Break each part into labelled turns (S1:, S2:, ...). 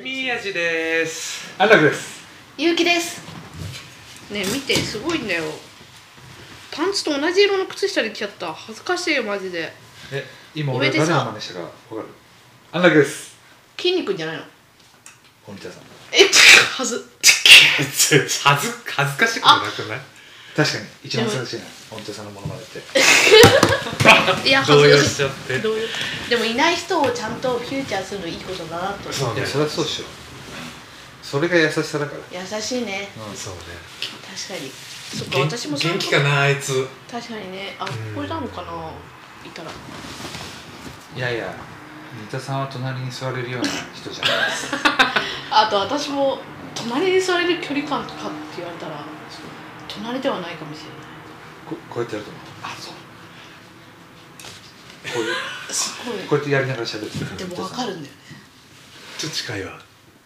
S1: 宮地です。
S2: 安楽です。
S3: ゆうきですねえ見てすごいんだよパンツと同じ色の靴下で来ちゃった恥ずかしいよマジで
S2: え、今
S3: 俺
S2: 俺
S3: が
S2: 誰
S3: 誰
S2: の
S3: の真
S2: 真似したかわかる。安楽です。
S3: 筋肉じゃないの
S2: 本田さん。
S3: えっはず
S1: 恥ず恥ずかしくもなくない？
S2: 確かに一番難しいな。本田さんのものまねって。
S3: いや恥
S1: 動
S3: ず
S1: 揺
S3: か
S1: し
S3: し
S1: ちゃって
S3: い。どういうでもいない人をちゃんとフューチャーするのいいことだなと
S1: そう
S2: い
S1: ね。
S2: や、そ
S1: そう
S2: りゃそうっしょ。それが優しさだから。
S3: 優しいね
S2: う
S1: ね。
S3: 確かにそっか
S1: 元
S3: 私もそういう
S1: 元
S3: こ
S1: 気
S3: と
S1: かなあいつ。
S3: 確かにねあ
S1: ん
S3: これなのかないたら
S2: ん。いやいや、三田さんは隣に座れるような人じゃないです。
S3: あと私も隣に座れる距離感かって言われたら隣ではないかもしれない
S2: ここうやってやると思
S3: あそう
S2: う。こういう
S3: すごい
S2: こうやってやりながら喋って
S3: でもわかるんだよね
S1: ちょっと近いわ。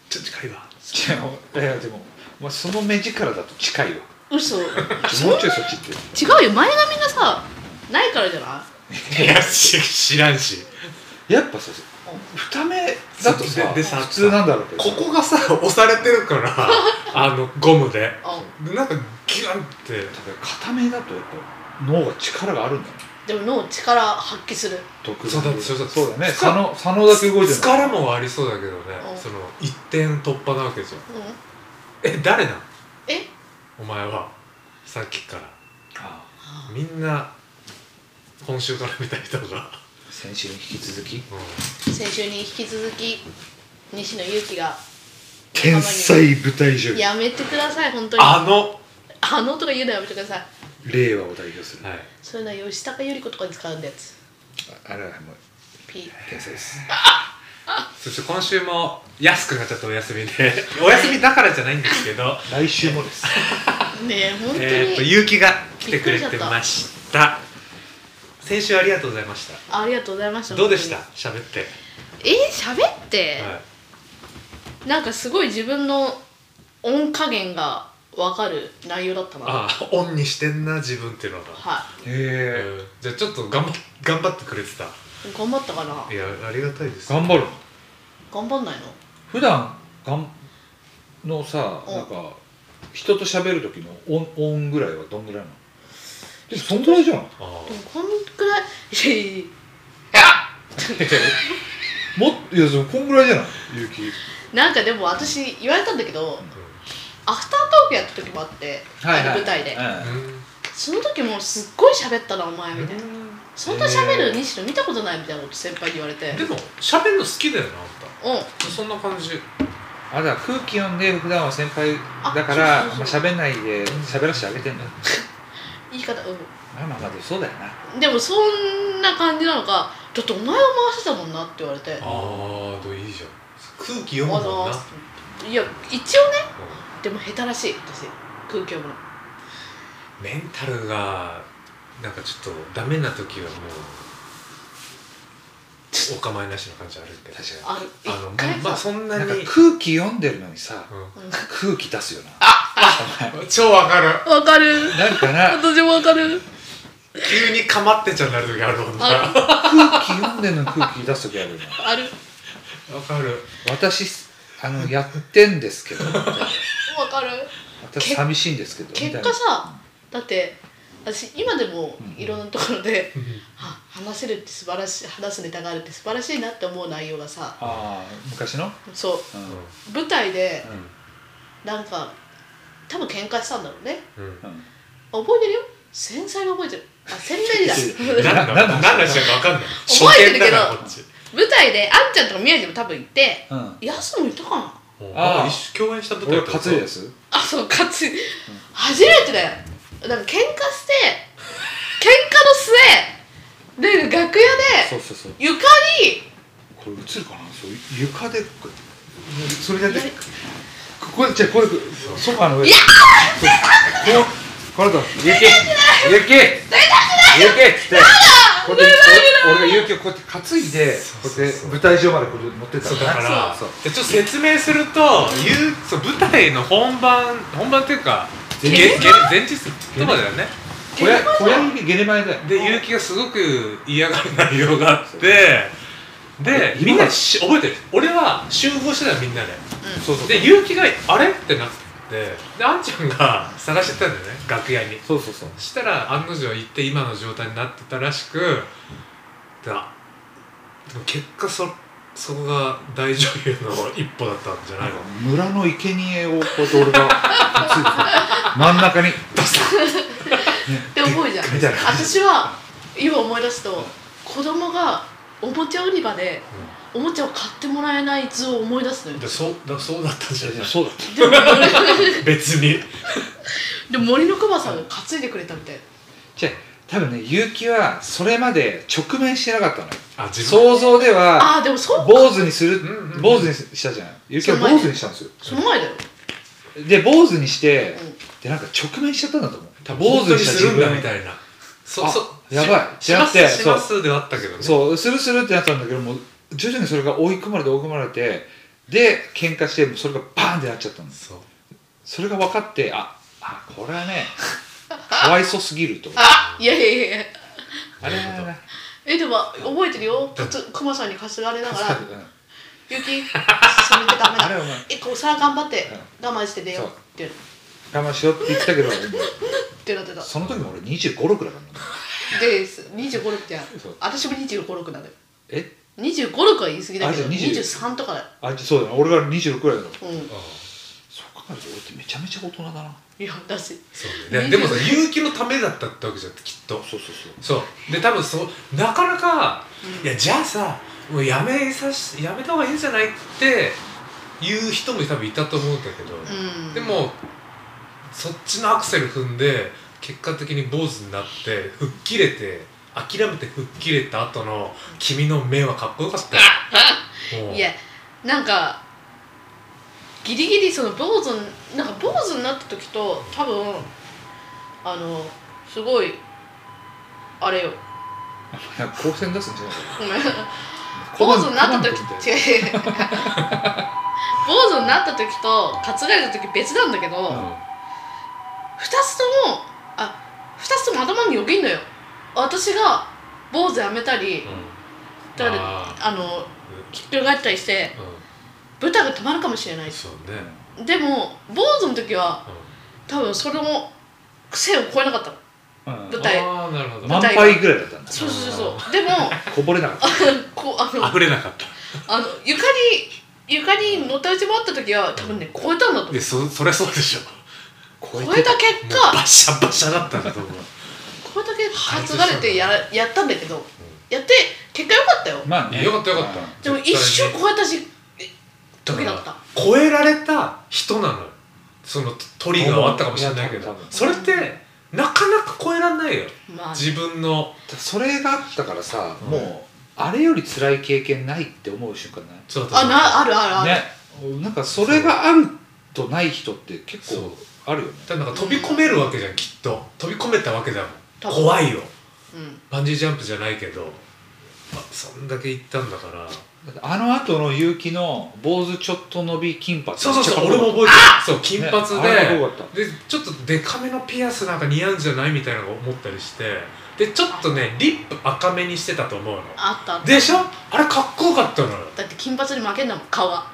S1: ちょっと近いわ。
S2: 違う。いやでも、まあその目力だと近いよ。
S3: 嘘違う
S2: もうちょいそっち行って。
S3: よ前髪がさないからじゃない
S1: いやし知らんし。
S2: やっぱさ、二目だとさ、
S1: ででさ
S2: 普通なんだろうけど。
S1: ここがさ押されてるから あのゴムで。
S3: あ
S1: でなんかギュンって。
S2: 片目だとやっぱ脳が力があるんだね
S3: でも脳力発揮する
S2: 特
S1: そうだそうだ
S2: そうだね
S1: 疲
S2: 佐野佐野だけ動いてる
S1: 疲れもありそうだけどね
S3: う。ん
S1: その一点突破なわけじゃん。
S3: うん
S1: え誰なん？
S3: え
S1: お前はさっきから。
S2: あ
S1: みんな今週から見た人が、
S2: あ先週に引き続き
S3: 先週に引き続き西野祐希が
S2: 天才舞台女優
S3: やめてください本当に
S1: あの、
S3: あのとか言うのやめてください
S2: 令和を代表する、
S1: はい、
S3: そういうのは吉高由里子とかに使うんだやつ
S2: あれはもう
S3: ピ
S2: 天才です
S1: そして今週も安くなっちゃったお休みでお休みだからじゃないんですけど
S2: 来週もです
S3: ーねえ本当に、
S1: えーっと結城が来てくれてました先週ありがとうございまし
S3: ありがとうございました
S1: たどうでした
S3: 本
S1: 喋って、
S3: 当にえー、喋って、
S1: はい、
S3: なんかすごい自分の音加減が分かる内容だったな
S1: ああオンにしてんな自分っていうのが、
S3: は
S2: へえ
S1: うんじゃあちょっと頑張っ頑張ってくれてた
S3: い頑張ったかない
S1: やありがたいです
S2: 頑張る
S3: 頑張んないの
S2: 普段がんのさ
S3: うん
S2: なんか人と喋る時の音音ぐらいはどんぐらいなのでもそんぐらいじゃん
S1: あ
S3: でもこんくらいいやいやいや
S2: もっいやでもこんぐらいじゃない勇気
S3: なんかでも私言われたんだけどアフタートークやった時もあって、あの舞台で、
S1: あうんうん
S3: その時もすっごい喋ったなお前みたいな、そんな喋
S1: え
S3: る
S1: ー
S3: 西野見たことないみたいなこと先輩に言われて
S1: でも喋るの好きだよなあん
S3: うん
S1: たそんな感じ
S2: あだから空気読んで普段は先輩だからあ
S3: あ
S2: ん
S3: そ
S2: ま
S3: うそうそ
S2: 喋んないで喋らせてあげてんだ
S3: 言い方うん
S2: まあまあまあでもそうだよな
S3: でもそんな感じなのかだってお前を回してたもんなって言われて
S1: ああどういいじゃん空気読む
S3: わ
S1: も
S3: ざ
S1: ん
S3: わ
S1: な
S3: ざいや一応ねでも下手らしい私空気読むの
S1: メンタルがなんかちょっとダメな時はもうお構いなしな感じあるけど
S2: 確か
S3: ある一
S1: あの
S3: 回さ、
S1: まあそんな
S2: に
S1: に
S2: なんか空気読んでるのにさ
S1: う
S3: うん
S2: 空気出すよなあ
S1: ん超わかる
S3: わかる
S2: なんかな
S3: 私もわかる
S1: 急にかまってちゃになる時あるもんなわ
S3: ある
S2: 空気読んでるのに空気出す時あるよな
S3: ある
S1: かる
S2: 私あのやってんですけどみたいな
S3: わかる
S2: 私寂しいんですけどみ
S3: 結
S2: たいな
S3: 果さだって私今でも
S2: うん
S3: いろんなところで、 は話せるって素晴らしい話すネタがあるって素晴らしいなって思う内容がさ
S2: ああ昔の
S3: そう
S1: うん
S2: ん
S3: う舞台で
S1: う
S3: なんか多分喧嘩したんだろうね
S1: んうん
S2: うん
S3: 覚えてるよ繊細に覚えてるあ鮮明
S1: 何
S3: だ
S1: だ
S2: なんだ
S1: 何だしたかわかんない
S3: 覚えてるけど
S1: 初見だからこっち
S3: 舞台であんちゃんとか宮地も多分行って
S2: うん
S3: やすもいたかな
S2: あー
S1: あ一緒共演した舞台
S2: 俺
S1: ってこと
S2: 勝いです
S3: あそう勝つ、初めてだよなんか喧嘩して喧嘩の末で楽屋
S2: そ
S3: で
S2: うそうそう
S3: 床に
S2: これ映るかなそう床でこうそれだけここでじゃあこれソファーの上でそうこれこれだ雪雪雪っつってこうやって俺が雪をこうやって担いで
S1: そ
S2: こ
S1: う
S2: う
S1: そうそう
S2: やって舞台上までこれ持ってった
S1: そう
S2: のね
S1: だから
S2: そう
S1: でちょっと説明すると、ゆうそう舞台の本番本番っていうかげ
S2: 前
S1: げ
S2: 日
S1: 前日とかだよね
S2: 小屋小屋入りゲレ前だよ
S1: で結城がすごく嫌がる内容があってで
S2: え
S1: みんなし覚えてる俺は集合してたよみんなで
S2: そうそう
S1: で結城が「あれ?」ってなってであんちゃん が探してたんだよね楽屋に
S2: そうそうそう
S1: そしたら案の定行って今の状態になってたらしくだでも結果そそこが大女優の一歩だったんじゃないの
S2: 村の生贄をこうやって俺がついて真ん中にドサッ
S3: って思うじゃん
S2: みたいな感じ
S3: 私は今思い出すと子供がおもちゃ売り場でおもちゃを買ってもらえない図を思い出すのよ
S1: でそうだそうだったんじゃない
S2: そうだっ
S3: でも
S1: 別に
S3: でも森のくまさんが担いでくれたみたい
S2: じゃあ多分ね結城はそれまで直面してなかったのよ
S1: あ自分
S2: 想像では
S3: ああーでもそうか
S2: 坊主にする
S1: うんうんうん
S2: 坊主にしたじゃん結城は坊主にしたんですよ
S3: その前だよ、
S2: で坊主にして
S3: うん
S2: でなんか直面しちゃったんだと思
S1: 多
S2: う
S1: 分
S2: 坊
S1: 本
S2: 主
S1: 当
S2: に
S1: に
S2: した
S1: す
S2: 自
S1: るんだ
S2: 分
S1: みたいなそ
S2: あ
S1: そ
S2: やばい
S1: しま
S2: 違
S1: す
S2: って
S1: しますではあったけどね
S2: そうするするってなったんだけどもう徐々にそれが追い込まれて追い込まれてで喧嘩してそれがバーンってなっちゃったんです
S1: そう
S2: それが分かってああこれは ねかわいそすぎると
S3: あいやいやいやいや
S1: あれ のこと
S3: えでも覚えてるよかつくまさんにかすられながら
S2: うん
S3: 「ゆき進めてダメ
S2: あれ
S3: だ
S2: はお前
S3: えこうさあ頑張って
S2: う
S3: 我慢して出よう」って
S2: 我慢しろって言った けど
S3: ってなってた
S2: その時も俺2 5六だからね
S3: で25 6ってやる
S2: そう
S3: 私も25 6なのよ
S2: え
S3: 25 6は言い過ぎだけど
S2: あじゃあ20
S3: 23とかだよ
S2: あそうだな俺が26くらいだから
S3: うん
S1: ああ
S2: そう考えると俺ってめちゃめちゃ大人だない
S3: やだし
S1: そうねででもさ勇気のためだったってわけじゃんきっと
S2: そうそうそう
S1: そうで多分そうなかなか、
S3: うん
S1: いやじゃあさもうやめさしやめた方がいいんじゃないって言う人も多分いたと思うんだけど、
S3: うん
S1: でもそっちのアクセル踏んで結果的に坊主になって吹っ切れて諦めて吹っ切れた後の君の目はかっこよかった よもう
S3: いやなんかギリギリその坊主になんか坊主になった時と多分あのすごいあれよ
S2: なんか光線出すんじゃない
S3: ごめん
S2: か
S3: 坊主になった時
S2: コナン
S3: 違う違う違う坊主になった時と担がれた時別なんだけど、
S2: 君みたい
S1: ん
S2: な
S3: 2つともあ二つとも頭によぎんのよ私が坊主やめたりだから
S1: あ
S3: あのひっくり返ったりして
S1: ー
S3: 舞台が止まるかもしれない
S1: うん、
S3: し
S1: そうね、
S3: でも坊主の時は
S1: う
S3: 多分それも癖を超えなかったの
S2: うん
S3: 舞
S1: ん、
S3: 台
S1: ああなるほど、
S2: 満杯ぐらいだったんだ
S3: そうそうそうそうでも
S2: こぼれなかった
S3: こうあの
S1: 溢れなかった
S3: あの床に床にのたうち回った時は多分ね超えたんだと思う
S1: でそそりゃそうでしょ
S2: 超
S3: 超えた結
S1: もう
S3: 果
S1: バシャバシャだったんだと思う
S3: 超えた結果担がれてやらやったんだけどやって結果良かったよ
S2: まあ
S1: いや
S2: ね
S1: よかったよかっ
S2: うん
S1: た
S3: でも一瞬
S1: 絶
S3: 超えたし
S1: 対に
S3: 時だった
S1: 超えられた人なのそのトリガーはあったかもしれないけ
S2: いや多
S1: ど
S2: 分多分
S1: それってなかなか超えられないよ
S3: まあ
S1: 自分の
S2: それがあったからさ、
S1: うん
S2: もうあれより辛い経験ないって思う瞬間ない
S1: そうだと思
S3: あ
S1: う
S3: なあるあるある、
S2: ねなんかそれがあるとない人って結
S1: そう
S2: 構あるよね
S1: だからなんか飛び込めるわけじゃんきっと飛び込めたわけだもん
S3: 多分
S1: 怖いよ
S3: うん
S1: バンジージャンプじゃないけどまあそんだけ行ったんだから
S2: だってあの後の結城の坊主ちょっと伸び金髪
S1: そうそうそう
S2: め
S1: 俺
S2: っちゃかっこ
S1: も
S2: よかっ
S1: 覚えてるそう金
S2: ね
S1: 髪で、
S2: あれかっこよかっ
S1: でちょっとデカめのピアスなんか似合うんじゃないみたいなの思ったりしてでちょっとねリップ赤めにしてたと思うの
S3: あったあった
S1: でしょあれかっこよかったのよ
S3: だって金髪に負けんだもん顔は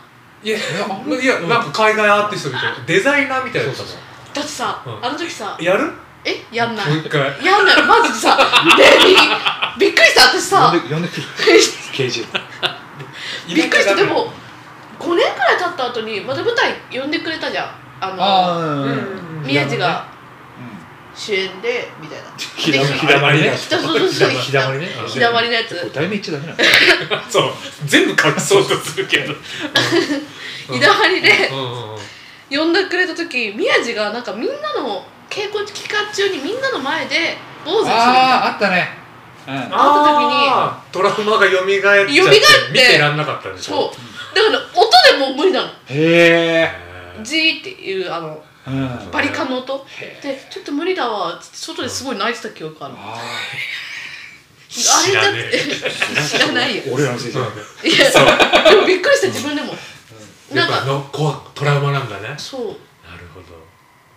S3: い
S1: や
S2: やあんま
S1: いやなんか海外アーティストみたいなデザイナーみたいなやつだ
S2: そう
S1: も
S3: だってさ、
S1: うん
S3: あの時さ
S1: んやるも
S3: えやんないう
S1: 一回
S3: やんないまずさねえびびっくりした私さ
S2: 呼んで呼ん でくる刑事
S3: びっくりしたでも5年くらい経った後にまた舞台呼んでくれたじゃんあ
S1: う
S2: あ
S3: の
S1: んうん
S3: 宮地が主演でみたいな
S2: ひだ
S3: で
S2: ひだまりね
S3: ひだそうそうそう
S2: ひだまりね
S1: ひだまり
S3: ひだまりのやつ
S2: これ題名言っちゃダメなの
S1: そう全部隠そうとするけど
S3: ひだまりで
S1: うんうんうん
S3: 呼んでくれた時宮地がなんかみんなの稽古期間中にみんなの前で坊主にするみたいな
S2: あああったねうん
S1: あートラウマが蘇っちゃって
S3: 蘇って
S1: 見てらんなかったんでし
S3: そう
S1: ょ
S3: だから音でもう無理なの
S2: へえ
S1: へ
S3: ジーっていうあの
S2: うん
S3: バリカンの音
S2: へ
S3: でちょっと無理だわっつって外ですごい泣いてた記憶あるあ
S2: あ
S1: 知
S3: れ
S1: ら
S3: だっ
S1: ね
S2: あ
S3: て 知らないよ
S2: 俺らのせいじ
S1: ー
S2: ゃ
S1: うん
S2: ん
S3: いやでもびっくりした自分でも
S1: や
S3: なん
S1: っぱ
S3: か
S1: の怖っトラウマなんだねなる
S3: そう
S1: ほど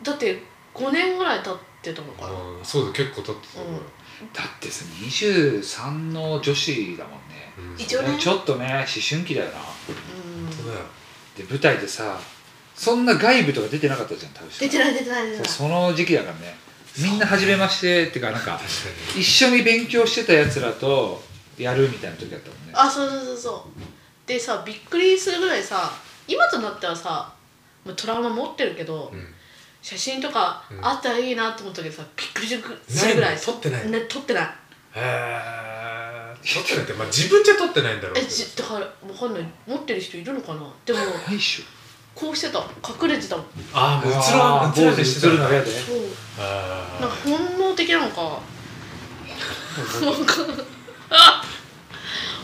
S3: だって5年ぐらい経ってたのかな
S1: うんそうだ結構経ってたよ
S3: うん
S2: だってさ23の女子だもんね
S1: うん
S3: 一応ね
S2: ちょっとね思春期だよな
S3: うん
S1: 本当だよ
S2: で舞台でさそんな外部とか出てなかったじゃん多分
S3: 出てない出てない出て
S2: そう
S3: ない
S2: その時期だからねみんな初めましてっていうかなんか
S1: 確かに
S2: 一緒に勉強してたやつらとやるみたいな時だったもんね
S3: あそうそうそうそうでさびっくりするぐらいさ今となってはさもうトラウマ持ってるけど、
S1: うん
S3: 写真とか
S1: うん
S3: あったらいいなと思ったけどさびっくりするぐらい
S1: ないの撮ってない
S3: ね、撮ってない
S1: へえ撮ってないってまあ自分じゃ撮ってないんだろうけ
S3: え
S1: ど
S3: じだから分かんない持ってる人いるのかなでも
S2: ないっしょ
S3: こうしてた隠れてたもん
S1: ああもううつろはうつろでしてた
S2: る
S1: ん
S2: の
S1: だ
S2: が嫌で
S3: そう
S1: あ
S3: なんか本能的なのか分かんない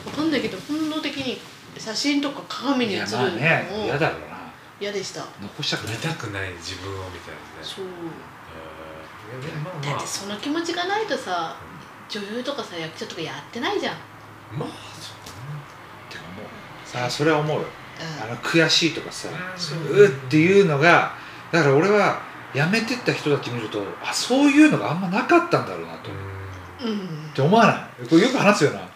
S3: 分かんないけど本能的に写真とか鏡
S2: い
S3: に映る
S2: や
S3: の
S2: まあね
S3: を
S2: 嫌だろうな
S3: 嫌でした
S2: 残した
S1: ー
S2: くな
S1: 見
S2: い
S1: たくない自分をみたいなね
S3: そう
S1: へーいやでもま
S3: だ
S1: あ
S3: ってその気持ちがないとさ女優とかさ役者とかやってないじゃん、
S1: まあまあそ
S2: てかもうあそれは思うよあの悔しいとかさ
S1: うん
S2: そううっていうのがだから俺は辞めてった人たち見るとあそういうのがあんまなかったんだろうなと、
S1: う
S2: っ
S1: ん
S3: うんうん
S2: て思わないこれよく話すよな
S3: うん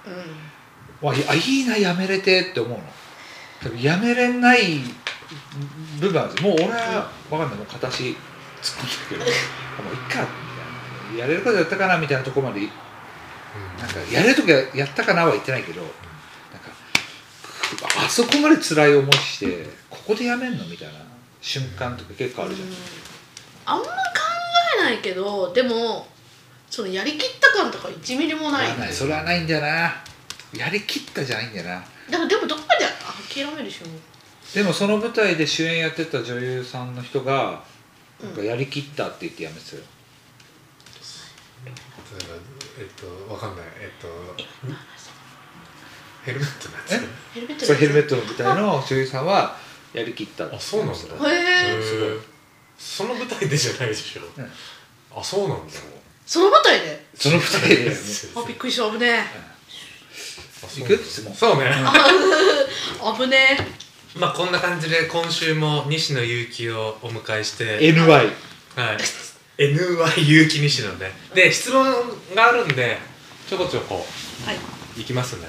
S2: わいあいいなやめれてって思うの多分やめれない部分あるんですよもう俺は分かんないもう形突っ込んでるけどもういっかみたいなやれることやったかなみたいなとこまでなんかやれる時はやったかなは言ってないけどなんかあそこまで辛い思いしてここでやめんのみたいな瞬間とか結構あるじゃん、
S3: うんあんま考えないけどでもそのやりきった感とか1ミリもない
S2: わかんないそれはないんだよなやりきったじゃないんだよな
S3: だからでもどこかで諦めるでしょ、
S2: でもその舞台で主演やってた女優さんの人が
S3: う
S2: なん
S3: ん
S2: かやりきったって言ってやめてたよ、
S1: 例えばえっとわかんないえっとヘルメットのやつ
S2: え
S3: ヘルメット
S2: それヘルメッ
S3: ト
S2: トの舞台の女優さんはやりきったって
S1: あそうなんだ
S2: 言ってた
S3: へえ
S1: へーその舞台でじゃないでしょ
S2: うん
S1: あそうなんだ
S3: その舞台で
S2: その舞台でやめ
S3: あびっくりした危ね
S1: あそ
S2: い
S1: うなんだ
S2: く質問
S1: そうね
S3: え危ね
S1: まあこんな感じで今週も西野祐希をお迎えして、
S2: NY
S1: はい、NY 祐希西野ねで質問があるんでちょこちょこ
S3: えはい
S1: いきますね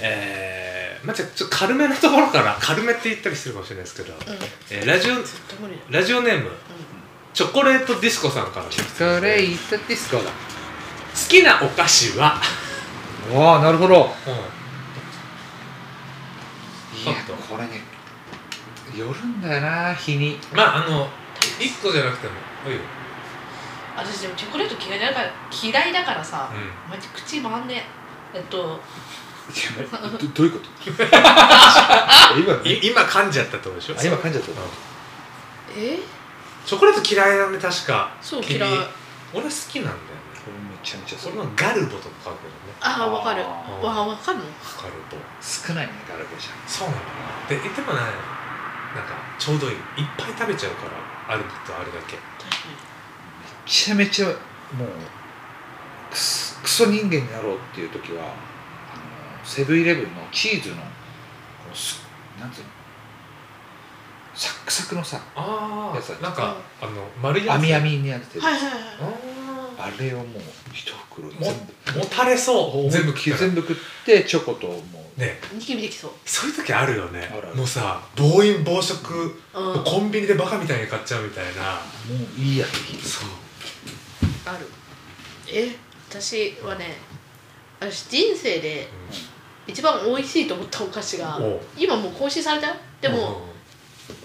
S1: えー、まあ、じゃあちょっと軽めのところから軽めって言ったりするかもしれないですけど、
S3: うんずっ
S1: えーラジオ
S3: と無理だ
S1: ラジオネーム、チョコレートディスコさんからです
S2: それ言ったディスコだ
S1: 好きなお菓子は、
S2: わあなるほどい
S1: ちょ
S2: や
S1: っと
S2: これね寄るんだよな日 に
S1: まああの1個じゃなくてもおいよ、
S3: 私でもチョコレート嫌いだから嫌いだからさ、
S1: うん
S3: マジ口回んねええっと
S2: どどういう こと今
S1: い今噛んじゃったってことでしょ
S2: あ今噛んじゃった
S1: うん
S3: え
S1: チョコレート嫌いなんで確か
S3: そう
S1: 君
S3: 嫌い
S1: 俺好きなんだよね
S2: これめちゃめちゃ
S1: そ
S2: そ
S1: れ
S2: れ
S1: のガルボとか買うけどね
S3: あーわかるわ
S2: あ
S1: ー
S3: わかるの
S1: ガルボ
S2: 少ないねガラゴじ
S1: そうなのででもねなんかちょうどいいいっぱい食べちゃうからあることあるだけ
S3: 確
S2: ゃんめちゃめちゃもうクソクソ人間になろうっていう時はあのセブンイレブンのチーズのこのすなんていうのサックサクのさ
S1: あ
S2: やつだね
S1: あなんかあの丸いやつ
S2: 網網にやってて
S3: かにはいはいはい
S1: あ
S2: あれをもう一袋
S1: ーも
S2: 全部
S1: もたれそう全部食ったら
S2: 全部食ってチョコともう
S1: ね
S3: ニキビできそう
S1: そういう時あるよね
S2: あるある
S1: もうさ暴飲暴食
S3: うん
S1: もうコンビニでバカみたいに買っちゃうみたいな
S2: もういいやって聞いて
S1: そう
S3: あるえ私はね私人生で一番美味しいと思ったお菓子が
S1: おう
S3: 今もう更新されたよでも
S1: うん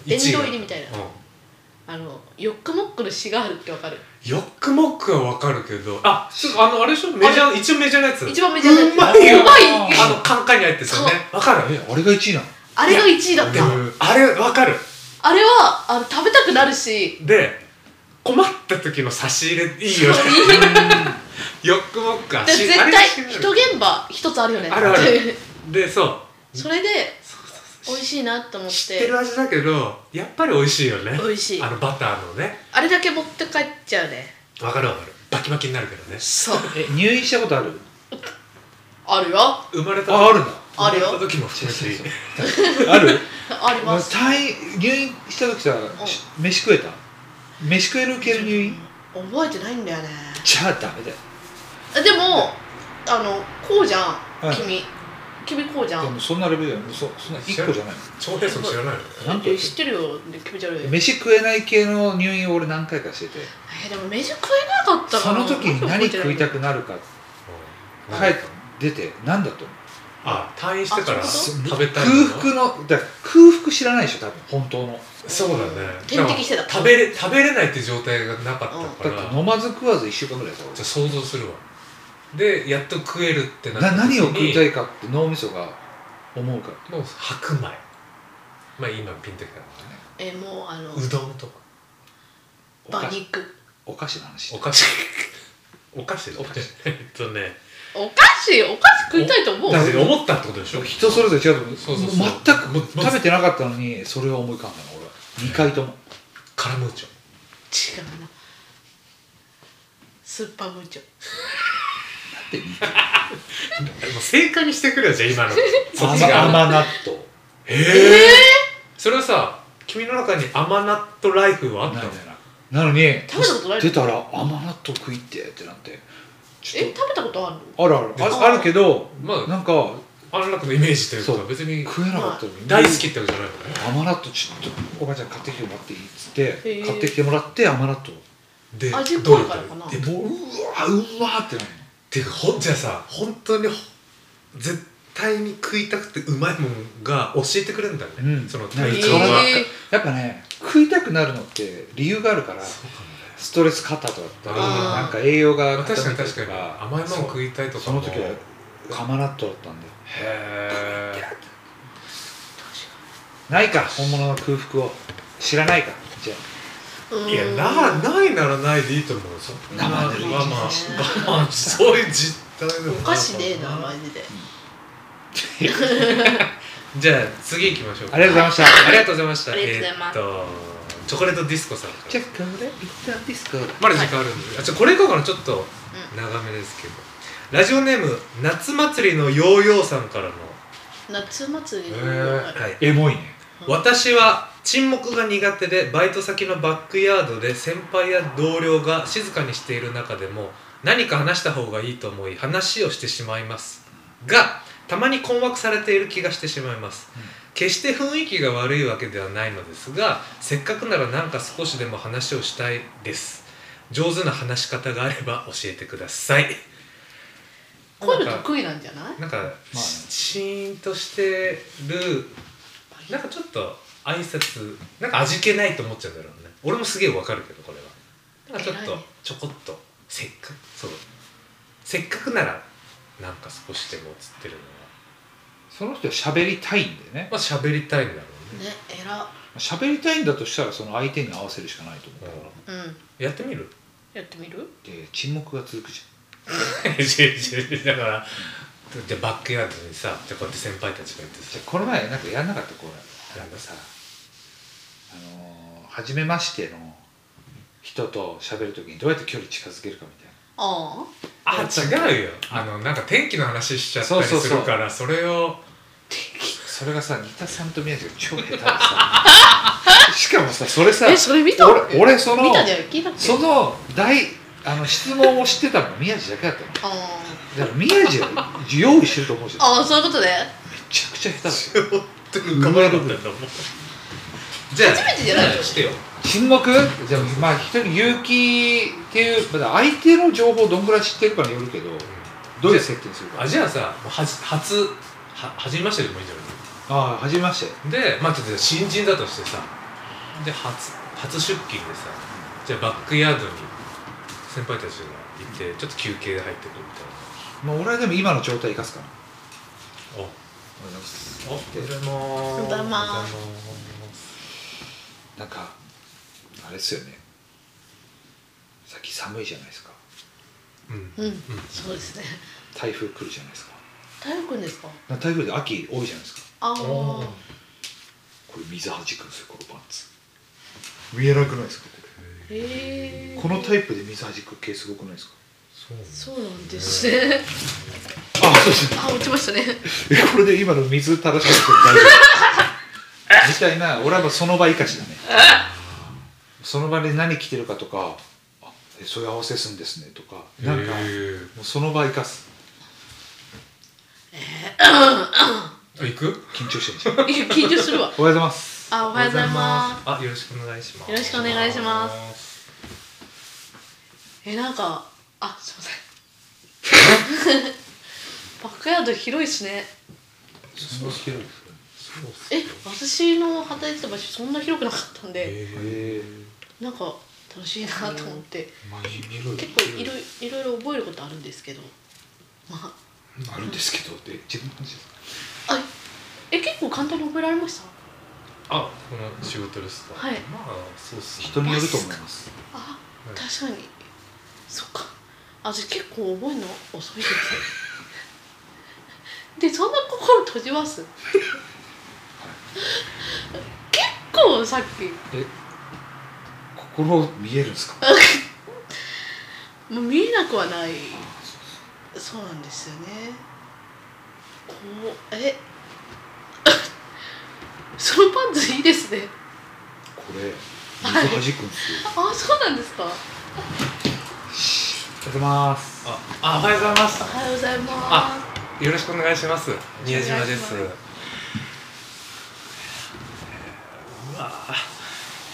S3: 殿堂入りみたいな
S1: うん
S3: あのヨックモックの詩があるってわかる
S1: ヨックモックはわかるけどあちょっとあのあれでしょメジャー一応メジャーなやつ
S3: 一番メジャーなやつ
S1: うまいよ
S3: うまい
S1: あのカンカンに入ってたよねわかる
S2: えあれが1位なの
S3: あれが1位だっ
S1: で
S3: た
S1: もあれわかる
S3: あれはあの食べたくなるし
S1: で困った時の差し入れいいよねヨックモックは
S3: で絶
S1: あ
S3: 対
S1: れが知ら
S3: 一
S1: ない
S3: 現場一つあるよね
S1: ある あるでそう
S3: それで美味しいなと思っ
S1: 知って
S3: て
S1: る味だけどやっぱり美味しいよね
S3: 美味しい
S1: あのバターのね
S3: あれだけ持って帰っちゃうね
S1: わかるわかるバキバキになるけどね
S3: そう
S2: え入院したことある
S3: あるよ
S1: 生まれた
S2: ああるんだ
S3: あるよ
S1: 生まれた時も含めていい
S2: ある
S3: あります
S2: 退院入院した時さし飯食えた飯食える系の入院
S3: 覚えてないんだよね
S2: じゃあダメだよ
S3: でもあのこうじゃ
S2: は
S3: ん
S2: い
S3: 君君こうじゃ
S2: で
S3: ん
S2: もそんなレベルだよねそそんな1個じゃない
S1: 長平さん知らないの
S2: なん
S3: え
S2: て
S3: 知ってるよ気持ち悪い
S2: 飯食えない系の入院を俺何回かしてて
S3: えでも飯食えなかったか
S2: そ
S3: ら
S2: の時に何食いた
S3: く
S2: くなるか
S1: うん
S2: 帰って出て何だと思う
S1: あ退院してから
S3: あそ
S1: 食べたい
S2: 空
S1: もの
S2: 腹のだから空腹知らないでしょ多分本当の
S1: そうだね
S3: 点滴してた
S1: 食べれ食べれないっていう状態がなかったか
S2: だ
S1: ら、
S2: って
S1: じゃ
S2: 飲まず食わず1週間ぐらいだよ
S1: あ想像するわでやっと食えるってな
S2: な何を食いた
S1: い
S2: いかって脳みそが思うから
S1: もう白米まあ今ピンときたのね
S3: えもうあの
S1: うどんとか
S2: お
S3: 馬
S2: 菓子
S3: 肉
S2: お菓子の話
S1: お菓子お菓子お菓子えっとね
S3: お菓子お菓子食いたいと思う
S1: だから思ったってことでしょ
S2: 人それぞれ違うと思う
S1: そうそうそう
S2: 全く
S1: も
S2: 食べてなかったのにそれは思い浮かんだの俺2回とも
S1: カラムーチョ
S3: 違うなスーパームーチョ
S2: なんで2回
S1: もう正解にしてくれよじゃあ今のそっち
S2: 甘
S1: が
S2: 甘納豆
S1: えーそれはさ君の中に甘納豆ライフはあっ
S2: な
S1: た
S2: い
S1: の
S2: んだよななのに
S3: 食べたことない
S2: 出たら甘納豆食いてってなってちょ
S3: え
S2: っ
S3: 食べたことあるの
S2: とあるあるああるけど
S1: まあ
S2: なんか
S1: 安楽のイメージという
S2: そ
S1: か
S2: う
S1: 別に
S2: 食えなかったのに
S1: 大好きってことじゃないのね
S2: 甘納豆ちょっとおばあちゃん買ってきてもらっていいっつって
S3: へー
S2: 買ってきてもらって甘納豆
S1: で
S3: 味
S1: どう
S3: 濃い
S1: い
S3: う
S1: こ
S3: から
S1: と
S3: かな
S2: でもううわうわってなる
S1: てかほんじゃさ本当にほ絶対に食いたくてうまいもんが教えてくれるんだよね、
S2: うん
S1: その
S2: え
S1: 体
S2: ー
S1: 調
S2: 変わら
S1: が、
S2: なやっぱね食いたくなるのって理由があるから
S1: そうかもね
S2: ストレス過多だったり
S1: あ
S3: ー
S2: なんか栄養が
S1: まあ確かに確かに甘いもの
S2: そう
S1: 食いたいとか
S2: そ
S1: も
S2: の時は甘納豆だったんだよ
S1: へえ
S2: ないか本物の空腹を知らないかじゃ
S3: うーん
S1: いやなないならないでいいと思うよそんな
S2: 我
S1: 我
S2: 慢
S1: 慢
S2: で
S1: 我慢我慢そういう実態でも
S3: お菓子ねえなマ
S1: な
S3: ジで
S1: じゃあ次行きましょう
S2: あありがとうございました
S1: ありがとうございました
S3: ありがとうございます
S1: えーっとチョコレートディスコさんから
S2: じゃあこれ一旦ディスコだ
S1: まだ時間あるんで、あちょこれいこうかなちょっと長めですけど、ラジオネーム夏祭りのヨーヨーさんからの、
S3: 夏祭りの
S1: はい、
S2: エモいね
S1: 私は沈黙が苦手でバイト先のバックヤードで先輩や同僚が静かにしている中でも何か話した方がいいと思い話をしてしまいますがたまに困惑されている気がしてしまいます、
S2: うん
S1: 決して雰囲気が悪いわけではないのですがせっかくならなんか少しでも話をしたいです上手な話し方があれば教えてください
S3: こういうの得意なんじゃない
S1: なんか、
S2: あね
S1: シーンとしてるなんかちょっと挨拶なんか味気ないと思っちゃうんだろうね俺もすげえわかるけどこれはなんかちょっ
S3: 偉い
S1: と
S3: ね
S1: ちょこっとせっかくそうせっかくならなんか少しでもつってるのは
S2: その人は喋りたいんだよね
S1: まあ喋りたいんだろうね
S3: ねえら
S2: 喋りたいんだとしたらその相手に合わせるしかないと思うから
S3: うん
S1: やってみる
S3: やってみる
S2: で沈黙が続くじ
S1: だからじゃあバックヤードにさじゃあこうやって先輩たちがいて
S2: ゃんじ
S1: さ
S2: ゃあこの前なんかやんなかったこれ
S1: や
S2: なん
S1: んだ
S2: かさあのー初めましての人と喋るときにどうやって距離近づけるかみたいな
S3: ああ
S1: あ違うよあのなんか天気の話しちゃったりするからそれを
S2: それがさ新田さんと宮地が超下手 でさしかもさそれさ
S3: えそれ見た
S2: 俺俺その
S3: 見たじゃん聞いたっけ
S2: その大あの質問をしてたの宮地だけだったの
S3: あ
S2: だから宮地は用意してると思うじゃん
S3: あああそういうことで
S2: めちゃくちゃ下手だ
S1: 本当に浮かばなかったんだもんじ
S3: 初めてじゃない
S1: してよ
S2: 沈黙でもまあ一人勇気っていう、ま、だ相手の情報をどんぐらい知ってるかによるけどどういう設定にするか
S1: あじゃあさもうはじ初は初めましてでもいいんじゃ
S2: ああ初めまして
S1: ないでまあちょっと新人だとしてさで初初出勤でさじゃあバックヤードに先輩たちがいてちょっと休憩で入ってくるみたい
S2: まあ俺はでも今の状態生かすかな
S1: なお
S2: 俺なんか
S1: おはようご
S3: おはようございます
S1: ます
S2: なんかあれですよねさっき寒いじゃないですか
S1: うん
S3: うんそうですね
S2: 台風来るじゃないですか
S3: 体育んですか
S2: な台風で秋多いじゃないですか
S3: あ
S1: おー
S3: あ
S2: これ水はじくんですよこのパンツ見えなくないですかこ
S3: へえ
S2: れこのタイプで水はじく系すごくないですか
S1: そう
S3: そうなんですね
S2: あそうです
S3: あ落ちましたね
S2: えこれで今の水垂らしかしても大丈夫 みたいな俺はもうその場生かしだねその場で何着てるかとかあええそういう合わせすんですねとか
S1: へ
S2: なんか
S1: ー
S2: もうその場生かす
S1: あ行く
S2: 緊張してるんですよ
S3: いや緊張するわ
S2: おはようございます
S3: あおはようございま
S1: あよろしくお願いします
S3: よろしくお願いしますすえなんかあすいません バックヤード広いっすね
S2: そんな広いです
S1: そうっす
S3: え私の働いてた場所そんな広くなかったんで
S1: へ
S2: え
S1: ー
S3: なんか楽しいなと思って
S2: まあ広い
S3: 結構いろいろいろ覚えることあるんですけどま
S2: あるんですけどって自分の話です
S3: ああえ結構簡単に覚えられました
S1: あこの仕事ですか
S3: はい
S1: まあそうっすね
S2: 人によると思います
S3: あ
S1: はい
S3: 確かにそっかあ私結構覚えるの遅いです でそんな心閉じます 結構さっき
S2: 心見えるんですか
S3: もう見えなくはないそうなんですよねこうえ そのパンツいいですね
S2: これ水はじくんですよ
S3: あそうなんですか
S2: おはようございます
S1: ああおはようございます
S3: おはようございます
S1: あよろしくお願いします宮島です
S3: お願いし
S1: うわ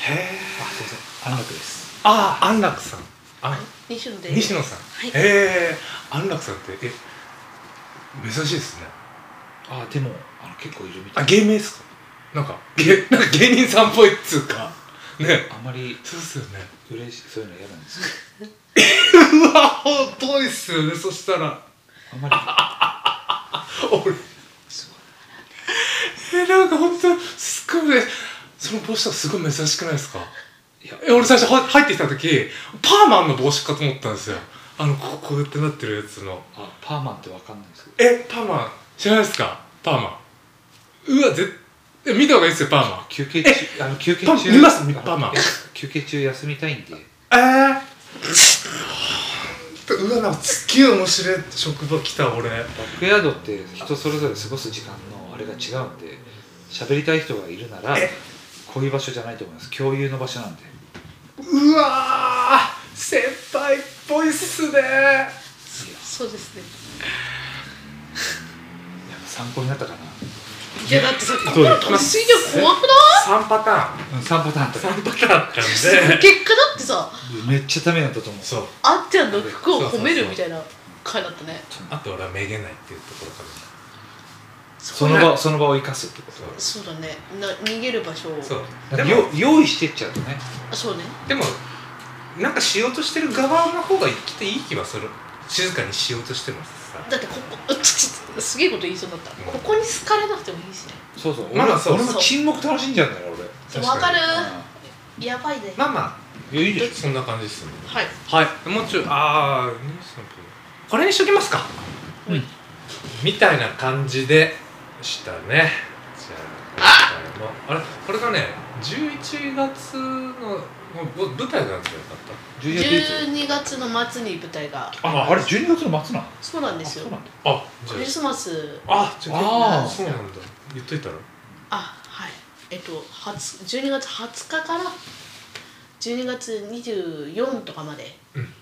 S1: へえ
S2: あ、すいません安楽です
S1: あ安楽さんあ
S3: 西野です
S1: 西野さん、
S3: はい
S1: ええ安楽さんってえ珍しいですね
S2: あ、でもあの結構いるみた
S1: あ
S2: い
S1: 芸名ですかなんか芸 なんか芸人さんっぽいっつうかね
S2: あんまり
S1: そうっすよね
S2: 嬉しいそういうの嫌なん ですよ
S1: うわ本当いっすよねそしたら
S2: あんまり
S1: 俺
S2: すごい
S1: えなんか本当すっごいねその帽子はすごい珍しくないですか
S2: いや
S1: え俺最初は入ってきた時パーマンの帽子かと思ったんですよあのここうやってなってるやつの
S2: あ、パーマンってわかんないですけど
S1: えパーマン知らないですかパーマンうわぜえ見た方がいいですよパーマン
S2: 休憩中あの休憩
S1: パン
S2: 中
S1: 見ます
S2: あの
S1: パーマン
S2: いや休憩中休みたいんで
S1: えー、うわなんかすっげえ面白い職場来た俺
S2: バックヤードって人それぞれ過ごす時間のあれが違うんで喋りたい人がいるなら
S1: え
S2: こういう場所じゃないと思います共有の場所なんで
S1: うわー先輩っぽいっすね
S3: そうですね
S2: やっぱ参考になったかない
S3: やだってさっき
S2: どう
S3: 心
S2: です
S3: 閉じて怖くな
S1: 3パターン
S2: うん3パターンとか
S1: 3パターンあったん
S3: い
S1: で
S3: 結果だってさ
S2: めっちゃためになったと思う
S1: そう
S3: あっちゃんの服を褒めるみたいな回だったね
S1: あと俺はめげないっていうところから
S2: その場をその場を生かすってこと
S3: そうだねな逃げる場所を
S1: そう
S2: だ
S1: で
S2: から
S1: も
S2: よ用意してっちゃうとね
S3: あそうね
S1: でもなんかしようとしてる側の方が生きていい気はする静かにしようとしてもさ
S3: だってこ こうっつつすげえこと言いそうになったここに好かれなくてもいいしね
S2: そうそう俺,、
S1: まあそう
S2: 俺も沈黙楽しんじゃうんだよ俺
S3: そうわ
S1: 確
S3: か
S1: か
S3: る
S1: に
S3: やばいね
S1: まあま
S2: いやいい
S1: あ
S2: でしょ
S1: そんな感じですよね
S3: はい
S1: はいもうちょいああこれにしときますか
S2: うん
S1: みたいな感じでしたねじゃあ今回もあれこれがね11月のもう舞台なんじゃなかっ
S2: 12月いつ
S3: 12月の末に舞台が
S2: ああれ12月の末なの
S3: そうなん
S2: あ
S3: ですよ
S2: そうなんだ
S1: たあじ
S3: クリスマス
S1: ゃああじゃあ
S2: あー
S1: そうなんだ言っといたら
S3: あはいえっと20 12月20日から12月24とかまで、
S1: うん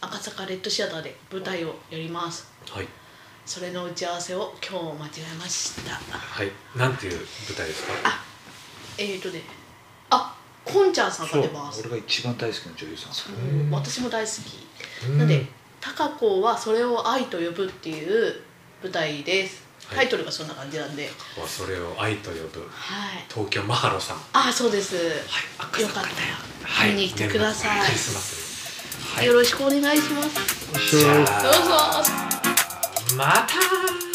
S3: 赤坂レッドシアターで舞台をやります
S1: はい
S3: それの打ち合わせを今日間違えました
S1: はいなんていう舞台ですか
S3: えっ、とねあこんちゃんさん
S2: そ
S3: が
S2: う
S3: 出ます
S2: 俺が一番大好きな女優さん
S3: そう
S1: うん
S3: 私も大好き、
S1: うん
S3: なんで高子はそれを愛と呼ぶっていう舞台です
S1: はい
S3: タイトルがそんな感じなんで
S1: はそれを愛と呼ぶ
S3: はい
S1: 東京マハロさん
S3: あそうです、
S1: はい
S3: よかったよ、
S1: は
S3: 見に来てください
S1: 年末クリスマスはい
S3: よろしくお願いします
S1: じゃ
S2: よ
S1: あ
S3: どうぞ
S1: また